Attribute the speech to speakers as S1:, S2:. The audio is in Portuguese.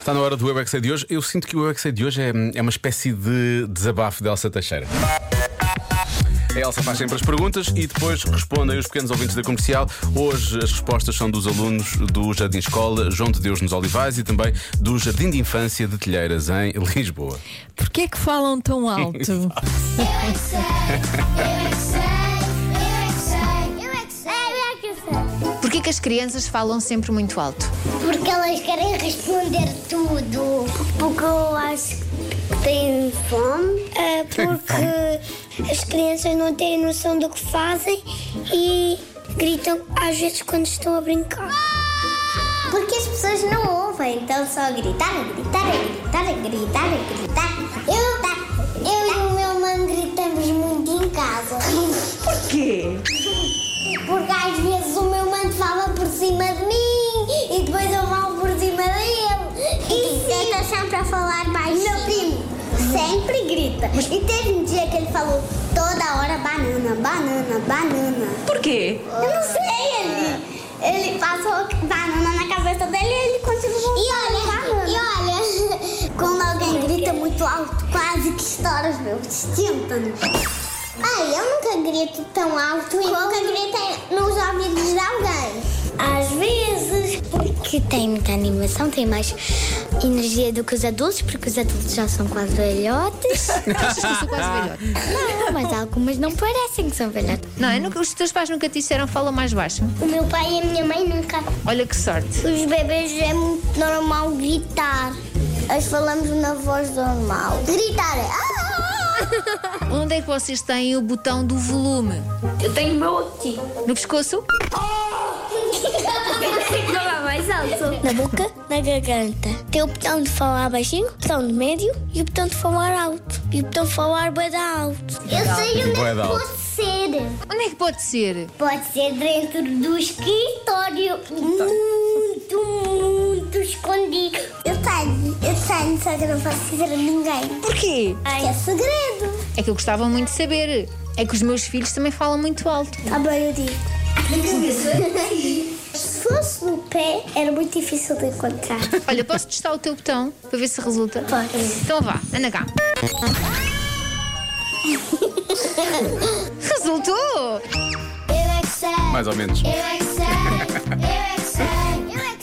S1: Está na hora do Eu é Que Sei de hoje. Eu sinto que o Eu é Que Sei de hoje é, é uma espécie de desabafo de Elsa Teixeira. A Elsa faz sempre as perguntas e depois respondem os pequenos ouvintes da comercial. Hoje as respostas são dos alunos do Jardim Escola João de Deus nos Olivais e também do Jardim de Infância de Telheiras, em Lisboa.
S2: Porquê é que falam tão alto?
S3: Eu é que sei, eu é que sei, eu é que sei, eu é que sei, eu é que sei.
S4: Porquê que as crianças falam sempre muito alto?
S3: Porque elas querem responder tudo. Porque eu acho que têm fome. É, porque as crianças não têm noção do que fazem e gritam às vezes quando estão a brincar. Porque as pessoas não ouvem, então só gritar, gritar, gritar, gritar, gritar. Eu, eu e o meu mano gritamos muito em casa.
S5: quê?
S3: Porque às vezes o meu mano fala por cima de mim e depois eu falo por cima dele. E tenta sempre a falar baixo. Meu primo sempre grita. E teve um dia que ele falou toda hora banana, banana, banana.
S5: Porquê?
S3: Eu não sei, ele, ele passou banana na cabeça dele e ele continuou. E olha, e olha, quando alguém grita muito alto, quase que estoura os meus tímpanos. Ai, eu nunca grito tão alto e nunca gritei nos ouvidos de alguém. Às vezes. Porque tem muita animação, tem mais energia do que os adultos, porque os adultos já são quase velhotes.
S4: Achas que eu sou
S6: Ah.
S4: quase velhote?
S3: não, mas algumas não parecem que são velhotes.
S4: Não, é? Nunca- os teus pais nunca te disseram falam mais baixo?
S3: O meu pai e a minha mãe nunca
S4: Olha que sorte.
S3: Os bebês é muito normal gritar. Nós falamos na voz normal. Gritar é. "Ah!"
S4: Onde é que vocês têm o botão do volume?
S6: Eu tenho o meu aqui.
S4: No pescoço?
S6: Não é mais alto.
S3: Na boca, na garganta. Tem o botão de falar baixinho, o botão de médio e o botão de falar alto. E o botão de falar bem alto. Eu sei
S1: onde é que Bué de alto. pode
S3: ser.
S4: Onde é que pode ser?
S3: Pode ser dentro do escritório. Muito, muito escondido. Eu tenho, eu tenho, só que eu não posso dizer a ninguém.
S4: Porquê?
S3: É segredo.
S4: É que eu gostava muito de saber. É que os meus filhos também falam muito alto.
S3: Tá bem, eu digo. Se fosse no pé, era muito difícil de encontrar.
S4: Olha, posso testar o teu botão para ver se resulta?
S3: Pode.
S4: Então vá, anda cá. Resultou!
S3: Eu é que sei.
S1: Mais ou menos.
S3: Eu é que sei. Eu é que sei. Eu é